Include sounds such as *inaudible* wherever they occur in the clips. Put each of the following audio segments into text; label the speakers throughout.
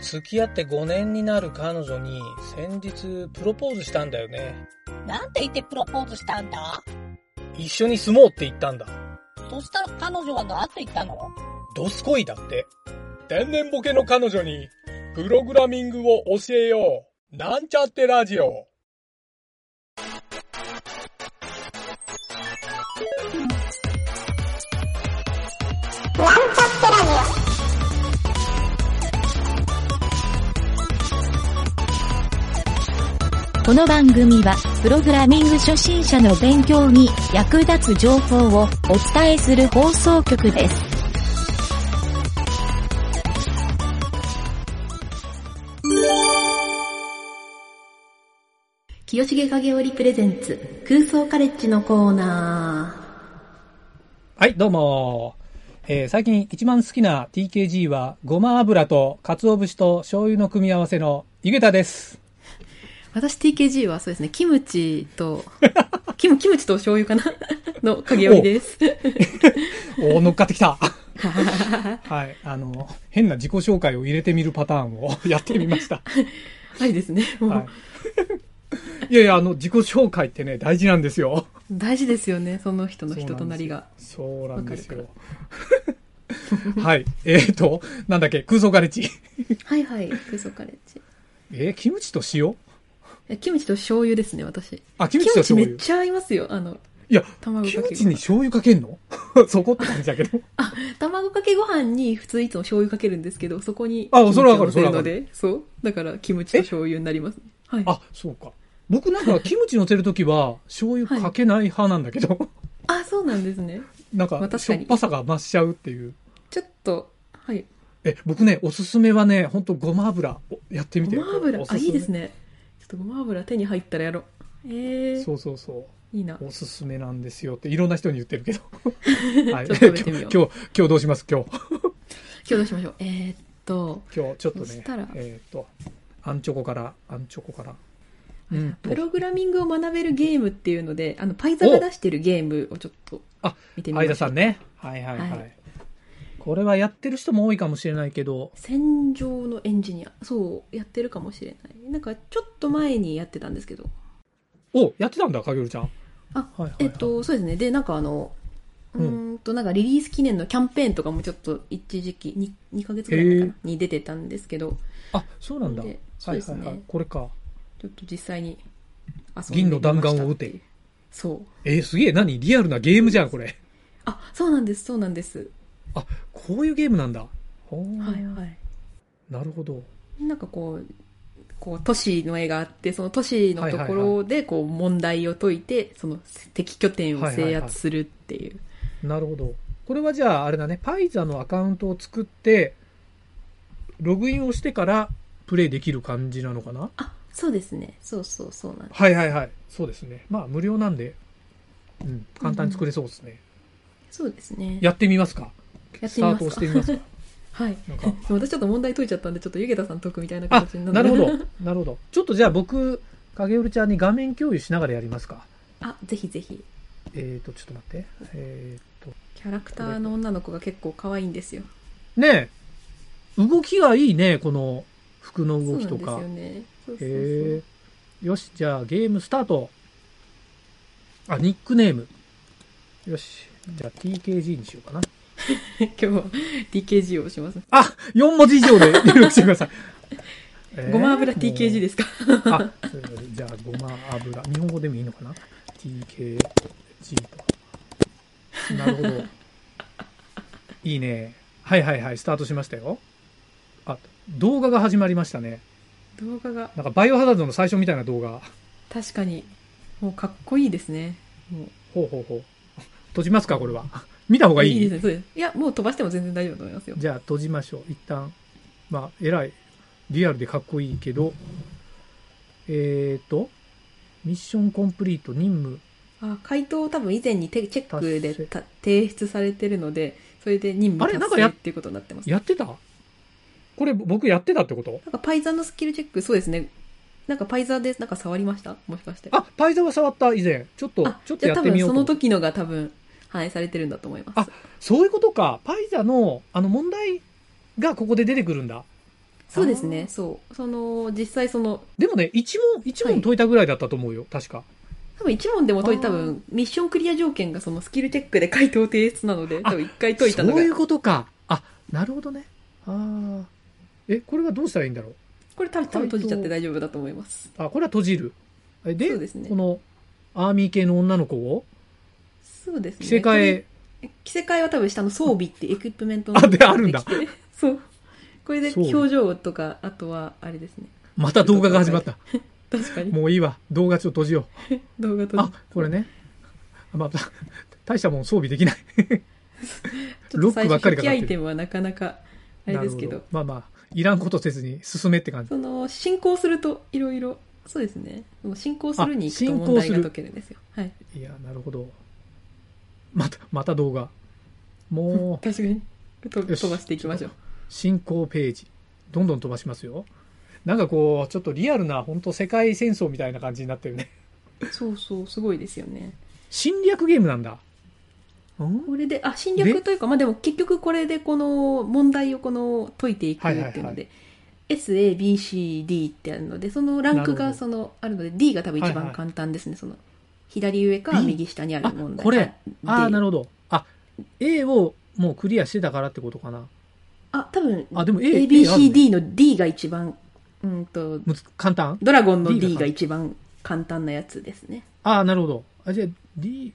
Speaker 1: 付き合って5年になる彼女に先日プロポーズしたんだよね。
Speaker 2: なんて言ってプロポーズしたんだ
Speaker 1: 一緒に住もうって言ったんだ。
Speaker 2: そしたら彼女は何て言ったの
Speaker 1: ドスコイだって。天然ボケの彼女にプログラミングを教えよう。なんちゃってラジオ。
Speaker 3: この番組は、プログラミング初心者の勉強に役立つ情報をお伝えする放送局です。
Speaker 4: 清重影織プレゼンツ空想カレッジのコーナ
Speaker 1: はい、どうも。えー最近一番好きな TKG は、ごま油と鰹節と醤油の組み合わせのゆげたです。
Speaker 4: ー。私 TKG はそうですね、キムチと、 *laughs* キム、キムチと醤油かな *laughs* の影織です。
Speaker 1: おー、乗っかってきた。はい、あの、変な自己紹介を入れてみるパターンを *laughs* やってみました。
Speaker 4: はいですね。も
Speaker 1: *laughs*
Speaker 4: う、
Speaker 1: はい。いやいや、あの、自己紹介ってね、大事なんですよ。
Speaker 4: 大事ですよね、その人の人となりが。
Speaker 1: そうなんですよ。はい。えっ、ー、と、なんだっけ、空想ガレッジ。
Speaker 4: はいはい、空想カレッジ。
Speaker 1: えーキムチと塩
Speaker 4: えキムチと醤油ですね、私。
Speaker 1: あ、キ
Speaker 4: キ
Speaker 1: ム
Speaker 4: ム
Speaker 1: チと
Speaker 4: チ
Speaker 1: 醤
Speaker 4: めっ
Speaker 1: 油。
Speaker 4: ちゃ合いますよ。あの、
Speaker 1: いや、
Speaker 4: 卵かけ
Speaker 1: キ
Speaker 4: ご
Speaker 1: ム
Speaker 4: 飯
Speaker 1: チに醤油かけんの *laughs* そこって感じだけど。
Speaker 4: 卵かけご飯に普通いつも醤油かけるんですけど、そこに
Speaker 1: あそれはわかる
Speaker 4: キムチ
Speaker 1: それは
Speaker 4: を
Speaker 1: わ
Speaker 4: 乗
Speaker 1: か
Speaker 4: せるので、そう。だからキムチと醤油になります。はい。
Speaker 1: あ、そうか。僕なん
Speaker 4: *laughs*
Speaker 1: かキムチ乗せるときは醤油かけない派なんだけど、
Speaker 4: あ、そうなんですね。
Speaker 1: なん
Speaker 4: ま
Speaker 1: か
Speaker 4: あ確かに
Speaker 1: しょっぱさが増しちゃうっていう。
Speaker 4: ちょっと、はい。
Speaker 1: え、僕ね、おすすめはね、ほんとごま油をやってみて。
Speaker 4: ごま油
Speaker 1: おすす
Speaker 4: あ
Speaker 1: め
Speaker 4: いいです。ねちょっとごま油手に入ったらやろうえー、
Speaker 1: そうそうそう。
Speaker 4: いいな
Speaker 1: おすすめなんですよっていろんな人に言ってる
Speaker 4: *laughs*
Speaker 1: けど。はい、
Speaker 4: ち
Speaker 1: 今
Speaker 4: ょ
Speaker 1: 日今
Speaker 4: っと食べてみ
Speaker 1: 日
Speaker 4: よう
Speaker 1: 今日どうします今日
Speaker 4: 今日どうしましょうえー、っと
Speaker 1: 今日ちょっと
Speaker 4: そ
Speaker 1: ね
Speaker 4: したら
Speaker 1: えっ、とアンチョコからアンチョコからうん
Speaker 4: プログラミングを学べるゲームっていうのであのパイザが出してるゲームをちょっと
Speaker 1: あ
Speaker 4: 見てみま
Speaker 1: 相
Speaker 4: しょ
Speaker 1: 田
Speaker 4: う
Speaker 1: さんねはいはいはい、
Speaker 4: はい
Speaker 1: これはやってる人も多いかもしれないけど
Speaker 4: 戦場のエンジニアそうやってるかもしれないなんかちょっと前にやってたんですけど
Speaker 1: おやってたんだかげるちゃんい
Speaker 4: あ、
Speaker 1: はいはい
Speaker 4: えっとそうですねでなんかあのう
Speaker 1: うん
Speaker 4: ーんとなんかリリース記念のキャンペーンとかもちょっと一時期 2, 二ヶ月ぐらい前かな、に出てたんですけど
Speaker 1: あそうなんだ
Speaker 4: でそうですね
Speaker 1: はいはいはい、これか
Speaker 4: ちょっと実際に遊んでみました
Speaker 1: 銀の弾丸を撃て
Speaker 4: そう
Speaker 1: えーすげえ何リアルなゲームじゃんこれ
Speaker 4: あそうなんですそうなんです
Speaker 1: あこういうゲームなんだほー
Speaker 4: はいはい
Speaker 1: なるほど
Speaker 4: なんかこうこう都市の絵があってその都市のところでこう問題を解いてその敵拠点を制圧するっていう
Speaker 1: なるほどこれはじゃああれだねパイザのアカウントを作ってログインをしてからプレイできる感じなのかな
Speaker 4: あそうですねそうそうそうなんです
Speaker 1: はいはいはい。そうですね。まあ、無料なんで、うん、簡単に作れそうですね。
Speaker 4: そうですね
Speaker 1: やってみますか。
Speaker 4: やっ
Speaker 1: ス
Speaker 4: てみ
Speaker 1: タート
Speaker 4: ます
Speaker 1: をしてみ
Speaker 4: か
Speaker 1: ますか。
Speaker 4: はい
Speaker 1: なん
Speaker 4: *laughs*
Speaker 1: か
Speaker 4: 私ちょっと問題解いちゃったんでちょっと湯桁さん解くみたいな
Speaker 1: あ
Speaker 4: 形、にな。
Speaker 1: なるほどなるほど。ちょっとじゃあ僕、影るちゃんに画面共有しながらやりますか。
Speaker 4: あぜひぜひ
Speaker 1: えーと、ちょっと待って。えーと、
Speaker 4: キャラクターの女の子が結構可愛いんですよ
Speaker 1: ねえ、動きがいいね、この服の
Speaker 4: そう
Speaker 1: 動
Speaker 4: な
Speaker 1: き
Speaker 4: ん
Speaker 1: と
Speaker 4: です
Speaker 1: か
Speaker 4: よ。ねそうそうそう
Speaker 1: へえ。よし、じゃあゲームスタート。あ、ニックネーム。よし。じゃあ TKG にしようかな。
Speaker 4: 今日は DKG をします。
Speaker 1: あ、4文字以上
Speaker 4: *laughs*
Speaker 1: で入力してください。。
Speaker 4: ごま油 TKG ですすか
Speaker 1: あ、そういうことでじゃあごま油。日本語でもいいのかな ?TKG と。なるほど。いいね。はいはいはい、スタートしましたよ。あ、動画が始まりましたね。
Speaker 4: 動画が
Speaker 1: なんかバイオハザードの最初みたいな動画。
Speaker 4: 確かに、もうかっこいいですね。もう
Speaker 1: ほうほうほう。閉じますか、これは。 *laughs* 見た方がいい。
Speaker 4: ですね。そうです。いや、もう飛ばしても全然大丈夫だと思いますよ。
Speaker 1: じゃあ閉じましょう。一旦。まあ、えらい。リアルでかっこいいけど。えーと、ミッションコンプリート、任務。
Speaker 4: あ回答を多分以前にテチェックで
Speaker 1: 達成
Speaker 4: た提出されてるので、それで任務
Speaker 1: あれ
Speaker 4: 達
Speaker 1: なんかや
Speaker 4: 成っていうことになってます。
Speaker 1: やってたこれ僕やってたってこと
Speaker 4: なんかパイザーのスキルチェック、そうですね。なんかパイザーでなんか触りましたもしかして。
Speaker 1: あ、パイザーは触った以前。ちょっと
Speaker 4: あ、
Speaker 1: ちょっと
Speaker 4: じ
Speaker 1: や
Speaker 4: ゃあ
Speaker 1: っ
Speaker 4: 多
Speaker 1: てみ
Speaker 4: 分
Speaker 1: よう
Speaker 4: そ
Speaker 1: と思
Speaker 4: の
Speaker 1: って。
Speaker 4: 時のが多分、反映されてるんだと思います。
Speaker 1: あそういうことか。パイザーの、あの問題がここで出てくるんだ。
Speaker 4: そうですね、そう。その、実際その、
Speaker 1: でもね、一問、一問解いたぐらいだったと思うよ、確か。
Speaker 4: 多分一問でも解いた多分、ミッションクリア条件がそのスキルチェックで回答提出なので、
Speaker 1: あ
Speaker 4: 多分一回解いたの
Speaker 1: そう
Speaker 4: が
Speaker 1: い、うことか。あ、なるほどね。ああ。え、これはどうしたらいいんだろう。
Speaker 4: これ多分多分閉じちゃって大丈夫だと思います。
Speaker 1: あ、これは閉じる。えで、
Speaker 4: そうですね
Speaker 1: この、アーミー系の女の子を
Speaker 4: そうですね。
Speaker 1: 着せ替え、
Speaker 4: 着せ替えは多分下の装備ってエクイプメント
Speaker 1: あであるんだ
Speaker 4: できてそう。これで
Speaker 1: そう
Speaker 4: 表情とか、あとは、あれですね。
Speaker 1: また動画が始まった。
Speaker 4: 確かに。
Speaker 1: もういいわ。動画ちょっと閉じよ
Speaker 4: 動画
Speaker 1: う。
Speaker 4: と。
Speaker 1: あ、これね。あ *laughs* まあ、大したもん装備できない。
Speaker 4: ちょっ
Speaker 1: ロ
Speaker 4: と最
Speaker 1: ックばっかりか
Speaker 4: 初、引き
Speaker 1: かっ
Speaker 4: ア
Speaker 1: てる
Speaker 4: イテムはなかなか、あれですけ
Speaker 1: な
Speaker 4: ど
Speaker 1: るほ。まあまあ、いらんことせずに進めって感じ。
Speaker 4: その、進行すると、いろいろ、そうですね。その進行するに行く
Speaker 1: あ
Speaker 4: と
Speaker 1: 進行
Speaker 4: 問題
Speaker 1: す
Speaker 4: が
Speaker 1: る
Speaker 4: 解けるんですよ。はい。
Speaker 1: いや、なるほど。また、また動画。もう、
Speaker 4: 確かに。と
Speaker 1: よし
Speaker 4: 飛ばしていきましょう。
Speaker 1: 進行ページ。どんどん飛ばしますよ。なんかこう、ちょっとリアルな、本当世界戦争みたいな感じになってるね。
Speaker 4: そうそう、すごいですよね。
Speaker 1: *laughs* 侵略ゲームなんだ。うん
Speaker 4: これで、あ、侵略というか、まあでも結局これでこの問題をこの解いていくっていうの
Speaker 1: は
Speaker 4: で、
Speaker 1: いはいは
Speaker 4: S, A, B, C, D ってあるので、そのランク
Speaker 1: なる
Speaker 4: が
Speaker 1: ほど
Speaker 4: その、あるので、D が多分一
Speaker 1: はいは
Speaker 4: 番
Speaker 1: い
Speaker 4: 簡単ですね。その、左上か
Speaker 1: B？
Speaker 4: 右下にある
Speaker 1: あ
Speaker 4: 問題。
Speaker 1: これああな
Speaker 4: る
Speaker 1: るほどあ A をもうクリアしてたからってことかな
Speaker 4: あ、多分、
Speaker 1: あでも A,
Speaker 4: A, B,
Speaker 1: A あるね
Speaker 4: C, D の D が一番、うんと、
Speaker 1: むつ簡単
Speaker 4: ドラゴンの
Speaker 1: D
Speaker 4: D
Speaker 1: が
Speaker 4: が一番簡単なやつですね。
Speaker 1: ああなるほどあじゃあ D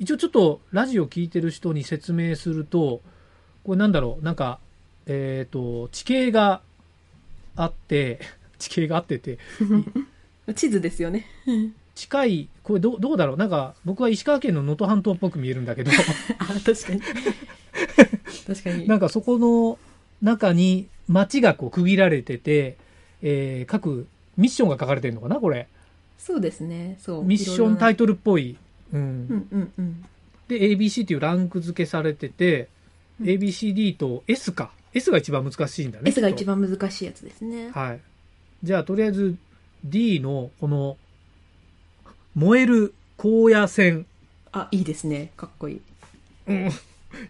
Speaker 1: 一応ちょっとラジオ聞いてる人に説明するとこれなんだろうなんかえっ、と地形があって地形があってて
Speaker 4: 地図ですよね。
Speaker 1: 近いこれどうどうだろうなんか僕は石川県の能登半島っぽく見えるんだけ
Speaker 4: *laughs*
Speaker 1: ど
Speaker 4: あ、確かに。確かに。
Speaker 1: なんかそこの中に町がこう区切られてて、えー各ミッションが書かれてるのかなこれ
Speaker 4: そうですね。そう。
Speaker 1: ミッションタイ
Speaker 4: プ。
Speaker 1: トルっぽい。うん
Speaker 4: うんうんうん。
Speaker 1: で、ABC っていうランク付けされてて、
Speaker 4: うん
Speaker 1: ABCD と S か。S が一番難しいんだね。
Speaker 4: S が一
Speaker 1: 番。
Speaker 4: 番難しいやつですね。
Speaker 1: はい。じゃあ、とりあえず D のこの、燃える高野線。
Speaker 4: あ、いいですね。かっこいい。
Speaker 1: うん。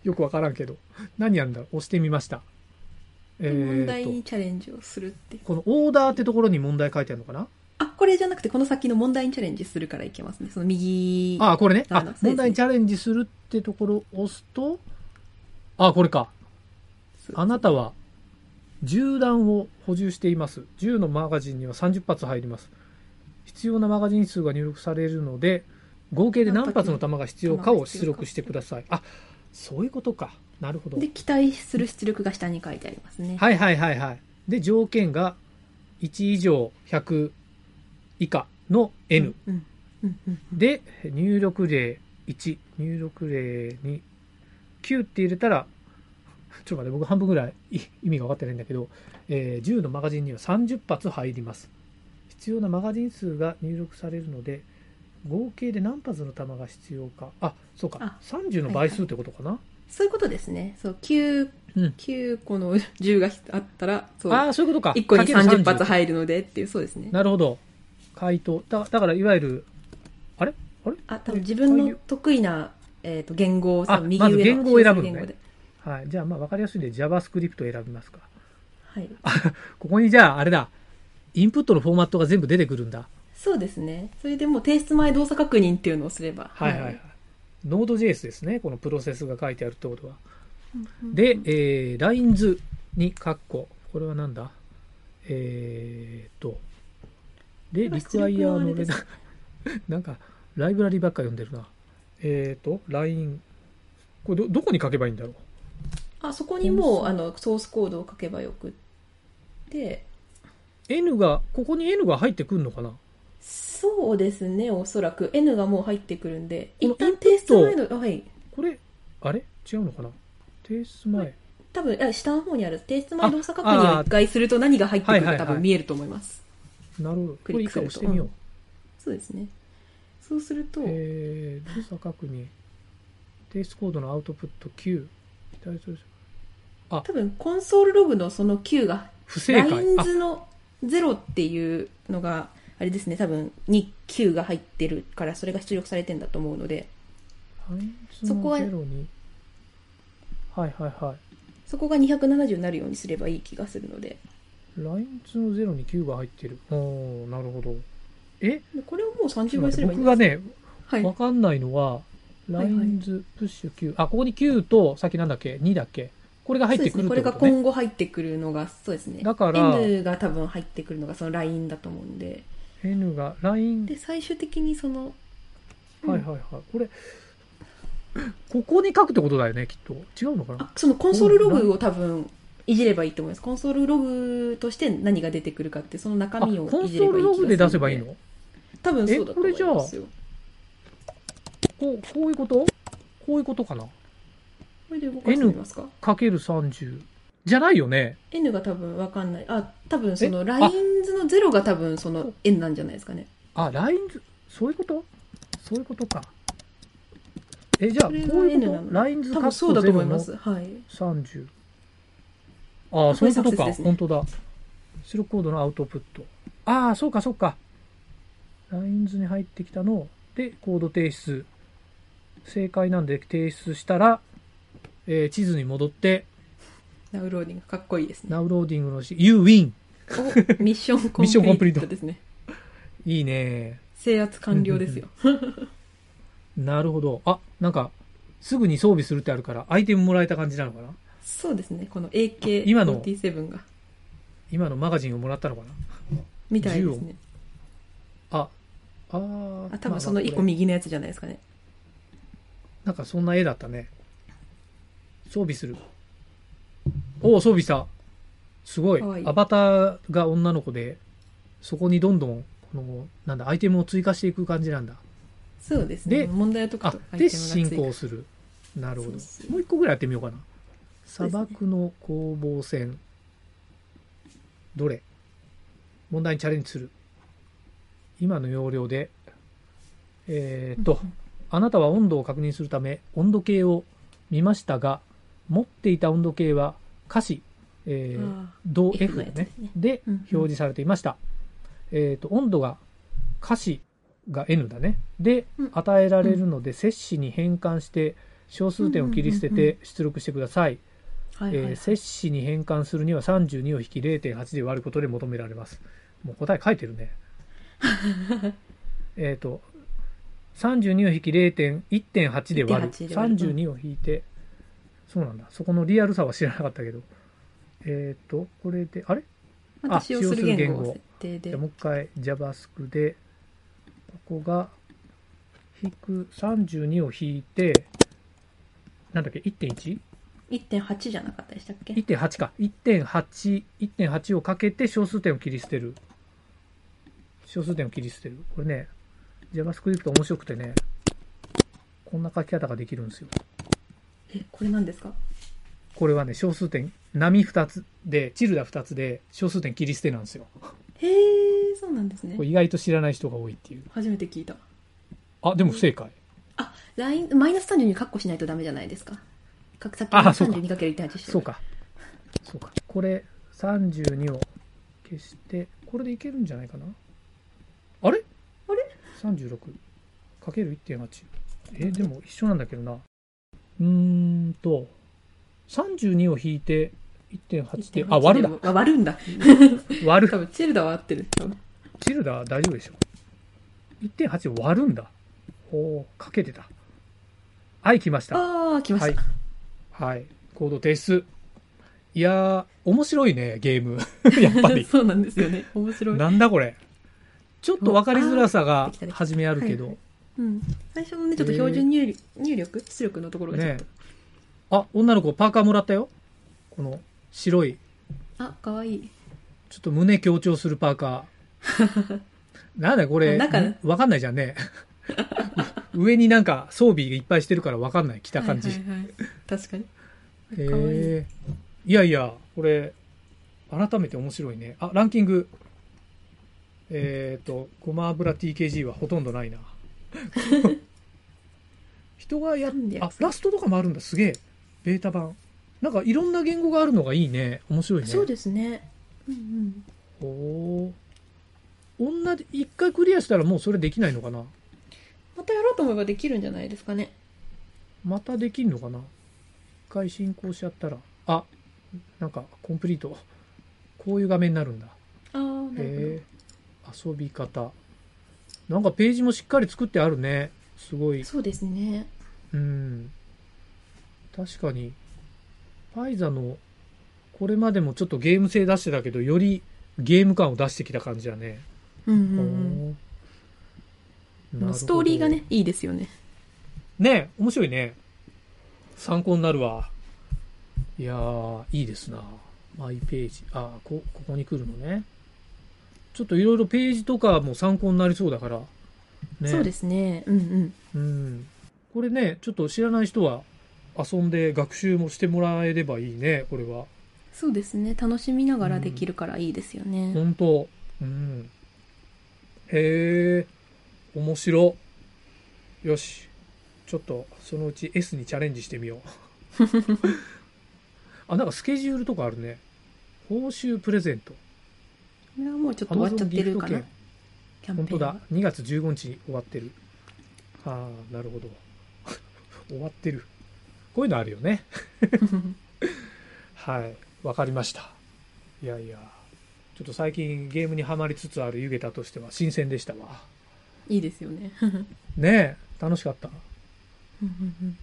Speaker 1: よくわからんけど。何やるんだろう押してみました。え
Speaker 4: 問題
Speaker 1: ー
Speaker 4: に
Speaker 1: と、
Speaker 4: チャレンジをするっていう。
Speaker 1: このオーダーってところに問題書いてあるのかな
Speaker 4: あ、これじゃなくて、この先の問題にチャレンジするからいけますね。その右。
Speaker 1: あ、これね。
Speaker 4: あ
Speaker 1: あ
Speaker 4: のそうです、ね
Speaker 1: 問題にチャレンジするってところを押すと、あ、これか。
Speaker 4: そう
Speaker 1: あなたは銃弾を補充しています。銃のマガジンには30発入ります。必要なマガジン数が入力されるので、合計で何発の弾が必要かを出力してください。あ、そういうことか。なるほど。
Speaker 4: で、期待する出力が下に書いてありますね。
Speaker 1: はいはいはいはい。で、条件が1以上100以下の N。
Speaker 4: うん。うん。うん。
Speaker 1: で、入力例1、入力例2、9って入れたら、ちょっと待って、僕半分ぐらいい意味が分かってないんだけど、えー10のマガジンには30発入ります。必要なマガジン数が入力されるので、合計で何発の弾が必要か。あ、そうか
Speaker 4: あ。
Speaker 1: 30の倍数ってことかな。
Speaker 4: そういうことですね。そう、9、
Speaker 1: うん
Speaker 4: 9個の銃があったら、そう。
Speaker 1: ああ、そういうことか。
Speaker 4: 1個に
Speaker 1: かける
Speaker 4: 30発入るのでっていう、そうですね。
Speaker 1: なるほど。回答。だだから、いわゆる、あれあれ
Speaker 4: あ、多分自分の得意な、えっ、と、言語を
Speaker 1: あ
Speaker 4: さ、右
Speaker 1: まず
Speaker 4: 上
Speaker 1: 言
Speaker 4: の
Speaker 1: 語を選ぶのね
Speaker 4: 言語で
Speaker 1: はい。じゃあ、まあ、わかりやすいんで JavaScript 選びますか。
Speaker 4: はい。
Speaker 1: ここにじゃあ、あれだ。インプットのフォーマットが全部出てくるんだ。
Speaker 4: そうですね。それでもう提出前動作確認っていうのをすれば。
Speaker 1: はいはいはい。ノード JS ですね。このプロセスが書いてあるってことは。
Speaker 4: うん
Speaker 1: で、えー、lines に括弧。これはなんだえーっと。で、
Speaker 4: こ
Speaker 1: リ
Speaker 4: れ出
Speaker 1: クワイ
Speaker 4: 力
Speaker 1: ヤー
Speaker 4: のあ
Speaker 1: の
Speaker 4: れ
Speaker 1: レ
Speaker 4: です
Speaker 1: ナ。 *laughs* なんか、ライブラリばっか読んでるな。えーっと、line。これど、どこに書けばいいんだろう
Speaker 4: あ、そこにもう、あの、ソースコードを書けばよくって、
Speaker 1: ?n が、ここに n が入ってくるのかな
Speaker 4: そうですね、おそらく。N がもう入ってくるんで、
Speaker 1: この
Speaker 4: 一旦提出前の、あはい。
Speaker 1: これ、あれ違うのかな提出前。
Speaker 4: 多分、あ下の方にある提出前動作確
Speaker 1: あ
Speaker 4: 認
Speaker 1: あ
Speaker 4: を
Speaker 1: ー
Speaker 4: 一回すると何が入ってくる
Speaker 1: は
Speaker 4: か
Speaker 1: いは
Speaker 4: 多
Speaker 1: いはい
Speaker 4: 分見えると思います。
Speaker 1: なるほど。こ
Speaker 4: ク
Speaker 1: れ
Speaker 4: リ
Speaker 1: 一
Speaker 4: ックす
Speaker 1: 回押して
Speaker 4: ると
Speaker 1: みよう。
Speaker 4: そうですね。そうすると、
Speaker 1: えー、動作確認。提出コードのアウトプット9。大丈夫です
Speaker 4: 多分、コンソールログのその Q が
Speaker 1: 不正
Speaker 4: ラ
Speaker 1: 解。
Speaker 4: インズの0っていうのが、あれですね、多分、に Q が入ってるから、それが出力されてんだと思うので、
Speaker 1: あ、ラインズ
Speaker 4: そこ
Speaker 1: の
Speaker 4: は
Speaker 1: ゼロに。はいはいはい。
Speaker 4: そこが270になるようにすればいい気がするので、
Speaker 1: うライン2の0に9が入ってる。おーなるほど。え
Speaker 4: でこれをもう30
Speaker 1: ちょっ
Speaker 4: 倍
Speaker 1: と待
Speaker 4: す
Speaker 1: って
Speaker 4: ればいいん
Speaker 1: 僕
Speaker 4: で
Speaker 1: が
Speaker 4: す
Speaker 1: ね、
Speaker 4: はい
Speaker 1: わ。かんないのは、ラ
Speaker 4: は
Speaker 1: イ
Speaker 4: いはい
Speaker 1: ンズプッシュ9、あ、ここに9と、さっきなんだっけ ?2 だっけこれが入ってくるっ
Speaker 4: そう
Speaker 1: て
Speaker 4: ですね。こ
Speaker 1: こ
Speaker 4: れが
Speaker 1: とね。
Speaker 4: 今後入ってくるのが、そうですね。
Speaker 1: だから、
Speaker 4: N が多分入ってくるのがそのラインだと思うんで。
Speaker 1: N が、ライン、
Speaker 4: で、最終的にその、うん
Speaker 1: はいはいはい。これ、ここに書くってことだよね、きっと。違うのかな
Speaker 4: あそのコンソールログを多分いじればいいと思います。コンソールログとして何が出てくるかって、その
Speaker 1: あ
Speaker 4: 中
Speaker 1: コ
Speaker 4: 身を
Speaker 1: ン
Speaker 4: い
Speaker 1: ソ
Speaker 4: じれ
Speaker 1: ー
Speaker 4: ばい
Speaker 1: ル
Speaker 4: い
Speaker 1: ロ
Speaker 4: 気がする
Speaker 1: グ
Speaker 4: ん
Speaker 1: で出せばいいのこ
Speaker 4: 多分そうだと思い
Speaker 1: えこ
Speaker 4: ま
Speaker 1: れ
Speaker 4: す
Speaker 1: じ
Speaker 4: よ。
Speaker 1: うこういうことこういうことかな
Speaker 4: これで動かしてみますか
Speaker 1: かける30。じゃないよね。
Speaker 4: ?N が多分わかんない。あ、多分そのラインズの0が多分その N なんじゃないですかね。
Speaker 1: あ、ラインズ、そういうことそういうことか。え、じゃあ、こ
Speaker 4: こ
Speaker 1: う
Speaker 4: れ
Speaker 1: いう
Speaker 4: が N
Speaker 1: こ
Speaker 4: な
Speaker 1: と
Speaker 4: の
Speaker 1: ラインズ
Speaker 4: 多
Speaker 1: かっ
Speaker 4: 分
Speaker 1: こ
Speaker 4: そうだと思いま
Speaker 1: 0の
Speaker 4: す。はい。
Speaker 1: 30ああ
Speaker 4: あ
Speaker 1: そういうこと
Speaker 4: こ
Speaker 1: か、
Speaker 4: れサクセスですね
Speaker 1: 本当だ出力コードのアウトプットああそうかそうか LINES に入ってきたのをでコード提出正解なんで提出したら、えー地図に戻って
Speaker 4: ダウンローディングかっこいいですね。
Speaker 1: ダウンローディングのし You win
Speaker 4: おミッションコン
Speaker 1: ミッションコンプ
Speaker 4: プ
Speaker 1: リ
Speaker 4: リ
Speaker 1: ート
Speaker 4: ートですね。
Speaker 1: いいね
Speaker 4: 制圧完了ですよ。
Speaker 1: なるほどあなんかすぐに装備するってあるからアイテムもらえた感じなのかな
Speaker 4: そうですね。この AK47
Speaker 1: 今の
Speaker 4: が。
Speaker 1: 今のマガジンをもらったのかな
Speaker 4: みたいですね。
Speaker 1: ああー
Speaker 4: あ、多分その一
Speaker 1: まあまあこ
Speaker 4: 個
Speaker 1: れ
Speaker 4: 右のやつじゃないですかね。
Speaker 1: なんかそんな絵だったね。装備する。おお、装備した。すごい。
Speaker 4: かわいい
Speaker 1: アバターが女の子で、そこにどんどん、この、なんだ、アイテムを追加していく感じなんだ。
Speaker 4: そうですね。
Speaker 1: で
Speaker 4: 問題を解く
Speaker 1: あ
Speaker 4: と、
Speaker 1: で、進行
Speaker 4: す
Speaker 1: する。なるほど
Speaker 4: そうそ。う
Speaker 1: もう一個ぐらいやってみようかな。
Speaker 4: そう
Speaker 1: 砂
Speaker 4: です
Speaker 1: 漠
Speaker 4: ね
Speaker 1: の攻防戦。どれ問題にチャレンジする。今の要領で、えーっと、あなたは温度を確認するため温度計を見ましたが持っていた温度計は下肢、えー
Speaker 4: あ
Speaker 1: 同
Speaker 4: F
Speaker 1: F
Speaker 4: の
Speaker 1: で
Speaker 4: やつ
Speaker 1: ね
Speaker 4: ですね
Speaker 1: で
Speaker 4: うんうん
Speaker 1: 表示されていました、えー、と温度が下肢が N だねで
Speaker 4: うん
Speaker 1: 与えられるので摂氏に変換して小数点を切り捨て
Speaker 4: うんうんうん
Speaker 1: て出力してください
Speaker 4: あはいはいはい
Speaker 1: えー摂氏に変換するには32を引き0.8で割ることで求められますもう答え書いてる
Speaker 4: *laughs*
Speaker 1: ねえっと32を引き0.1.8で割る
Speaker 4: 1.8で割る
Speaker 1: 32を引いてそうなんだそこのリアルさは知らなかったけどえっ、とこれであれ
Speaker 4: また使用する言
Speaker 1: 使用
Speaker 4: 語を
Speaker 1: する
Speaker 4: 設定
Speaker 1: じ
Speaker 4: で
Speaker 1: ゃあ。もう一回 JavaScript でここが引く32を引いてなんだっけ 1.1?
Speaker 4: 1.8じゃなかったでしたっけ
Speaker 1: 1.8か1.8 1.8をかけて小数点を切り捨てる小数点を切り捨てるこれね JavaScript 面白くてねこんな書き方ができるんですよ
Speaker 4: え、これなんですか
Speaker 1: これはね小数点波2つでチルダ2つで小数点切り捨てなんですよ
Speaker 4: へえ、そうなんですね
Speaker 1: こ。れ意外と知らない人が多いっていう
Speaker 4: 初めて聞いた。
Speaker 1: あでも不正解
Speaker 4: あ、ラインマイナス32カッコしないとダメじゃないですか。かさっき
Speaker 1: あそうか
Speaker 4: 32×1.8 して
Speaker 1: そう。かそうかこれ32を消してこれでいけるんじゃないかなあれ
Speaker 4: あれ
Speaker 1: ?36×1.8 えーでも一緒なんだけどなうーんと32を引いて1.8であ割るだ
Speaker 4: だ。あ、割るんだ。
Speaker 1: 割
Speaker 4: 多
Speaker 1: る
Speaker 4: 分、チェルダは合
Speaker 1: *laughs*
Speaker 4: ってる。多分
Speaker 1: チルダー大丈夫でしょ1.8を割るんだおーかけてたはい来ました
Speaker 4: ああ、来ました。
Speaker 1: はいコード提出いやー面白いねゲーム *laughs* やっぱり
Speaker 4: *laughs* そうなんですよね。面白い。
Speaker 1: なんだこれちょっと分かりづらさ
Speaker 4: あー
Speaker 1: が
Speaker 4: できたできた
Speaker 1: 初めあるけ
Speaker 4: はいは
Speaker 1: ど
Speaker 4: いうん。最初のね、ちょっと標準入力、入力出力のところがちょっ
Speaker 1: ね
Speaker 4: と。
Speaker 1: あ女の子パーカーもらったよこの白い
Speaker 4: あ、かわいい。
Speaker 1: ちょっと胸強調するパーカ
Speaker 4: *laughs*
Speaker 1: ーなんだこれ
Speaker 4: あなんか
Speaker 1: 分かんないじゃんね *laughs* 上になんか装備いっぱいしてるから分かんない着た感じ、
Speaker 4: はいはいはい確かに。
Speaker 1: へ
Speaker 4: かわいい。
Speaker 1: えいやいやこれ改めて面白いねあランキングえっ、とごま油 TKG はほとんど
Speaker 4: *laughs*
Speaker 1: ないな人がやっ
Speaker 4: 300
Speaker 1: あラストとかもあるんだすげえベータ版なんかいろんな言語があるのがいいね面白いね
Speaker 4: そうですね。うんうん。
Speaker 1: おー同じ一回クリアしたらもうそれできないのかな
Speaker 4: またやろうと思えばできるんじゃないですかね。
Speaker 1: またできんのかな一回進行しちゃったらあなんかコンプリートコこういう画面になるんだ。
Speaker 4: あーなる
Speaker 1: へー遊び方。なんかページもしっかり作ってあるね。すご
Speaker 4: ほ
Speaker 1: い
Speaker 4: ど。そうですね
Speaker 1: うん。確かに、パイザの、これまでもちょっとゲーム性出してたけど、よりゲーム感を出してきた感じだね。
Speaker 4: うんうん
Speaker 1: おー
Speaker 4: うん
Speaker 1: なるほど
Speaker 4: ストーリーがね。いいですよね
Speaker 1: ね面白いね。参考になるわ。いやー、いいですな。マイページ。あーこ、ここに来るのね。ちょっといろいろページとかも参考になりそうだから。ね。
Speaker 4: そうですねうんう
Speaker 1: う
Speaker 4: ん
Speaker 1: ん、これねちょっと知らない人は遊んで学習もしてもらえればいいねこれは
Speaker 4: そうですね楽しみながらできるからいいですよね、
Speaker 1: 本当うんへえ面白よしちょっとそのうち S にチャレンジしてみよ
Speaker 4: *laughs*
Speaker 1: うあなんかスケジュールとかあるね報酬プレゼント
Speaker 4: これはもうちょっと終わっちゃってるか
Speaker 1: Amazon ギフト券
Speaker 4: なキャンペ
Speaker 1: 本
Speaker 4: ーン
Speaker 1: 当だ2月15日に終わってるああなるほど *laughs* 終わってるこういうのあるよねはい、わかりました。いやいや、ちょっと最近ゲームにはまりつつあるゆげたとしては新鮮でしたわ。
Speaker 4: いいですよね
Speaker 1: ねえ、楽しかった。
Speaker 4: うんうんうん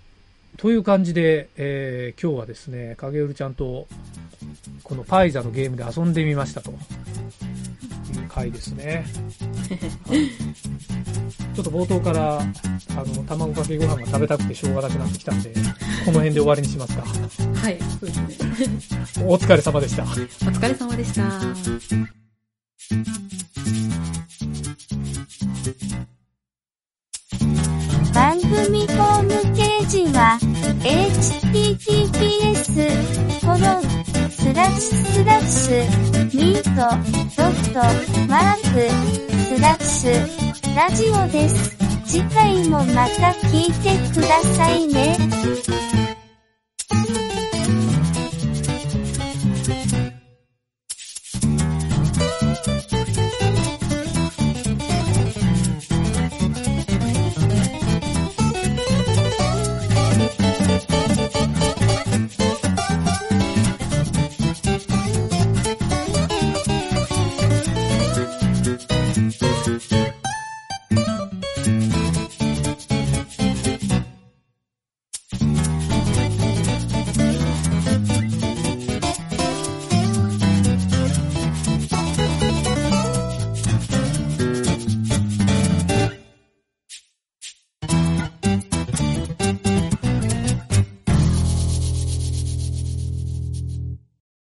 Speaker 1: という感じで、えー今日はですね、影うるちゃんとこのパイザのゲームで遊んでみましたという回ですね。 *laughs* ちょっと冒頭から、あの、卵かけご飯が食べたくてしょうがなくなってきたんで、この辺で終わりにしますか。
Speaker 4: はいそうですね
Speaker 1: お疲れ様でした。
Speaker 4: お疲れ様でした
Speaker 5: 番組ホームページは https コロンスラッシュスラッシュミートドットマークスラッシュラジオです。次回もまた聞いてくださいね。